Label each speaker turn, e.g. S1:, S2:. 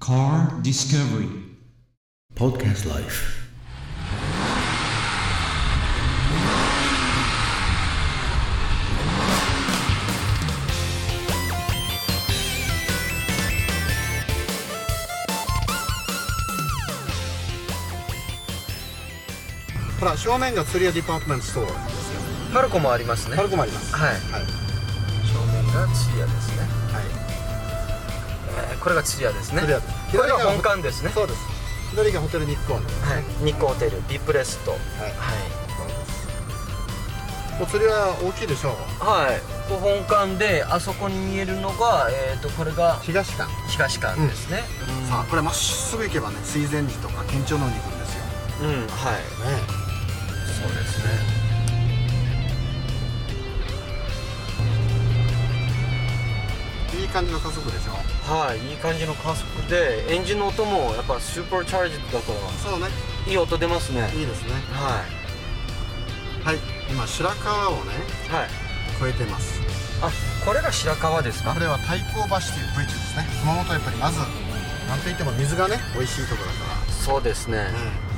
S1: Car Discovery
S2: Podcast Life
S3: ほら正面が釣り屋ディパートメントストアですよ
S4: パルコもありますね
S3: パルコもあります
S4: はい
S3: はい
S4: 正面が釣り屋ですね、
S3: はい
S4: えーこれが釣り屋ですね
S3: 釣り屋
S4: これが本館ですね
S3: そうです左がホテル日光の
S4: はい日光ホテルビプレスト
S3: はい
S4: はい
S3: お釣りは大きいでしょう
S4: はいここ本館であそこに見えるのがえっ、とこれが
S3: 東館
S4: 東館ですね、うん
S3: さあこれまっすぐ行けばね水前寺とか県庁の方に行くんですよね
S4: うんはいそうですね
S3: いい感じの加速でしょ
S4: はいいい感じの加速でエンジンの音もやっぱスーパーチャージだから
S3: そうね
S4: いい音出ますね
S3: いいですね
S4: は
S3: はい今白川をね
S4: いはい
S3: 越えてます
S4: あこれが白川ですか
S3: これは太閤橋というブリッジですね熊本はやっぱりまずなんといっても水がね美味しいところだか
S4: そうですね
S3: ら、うん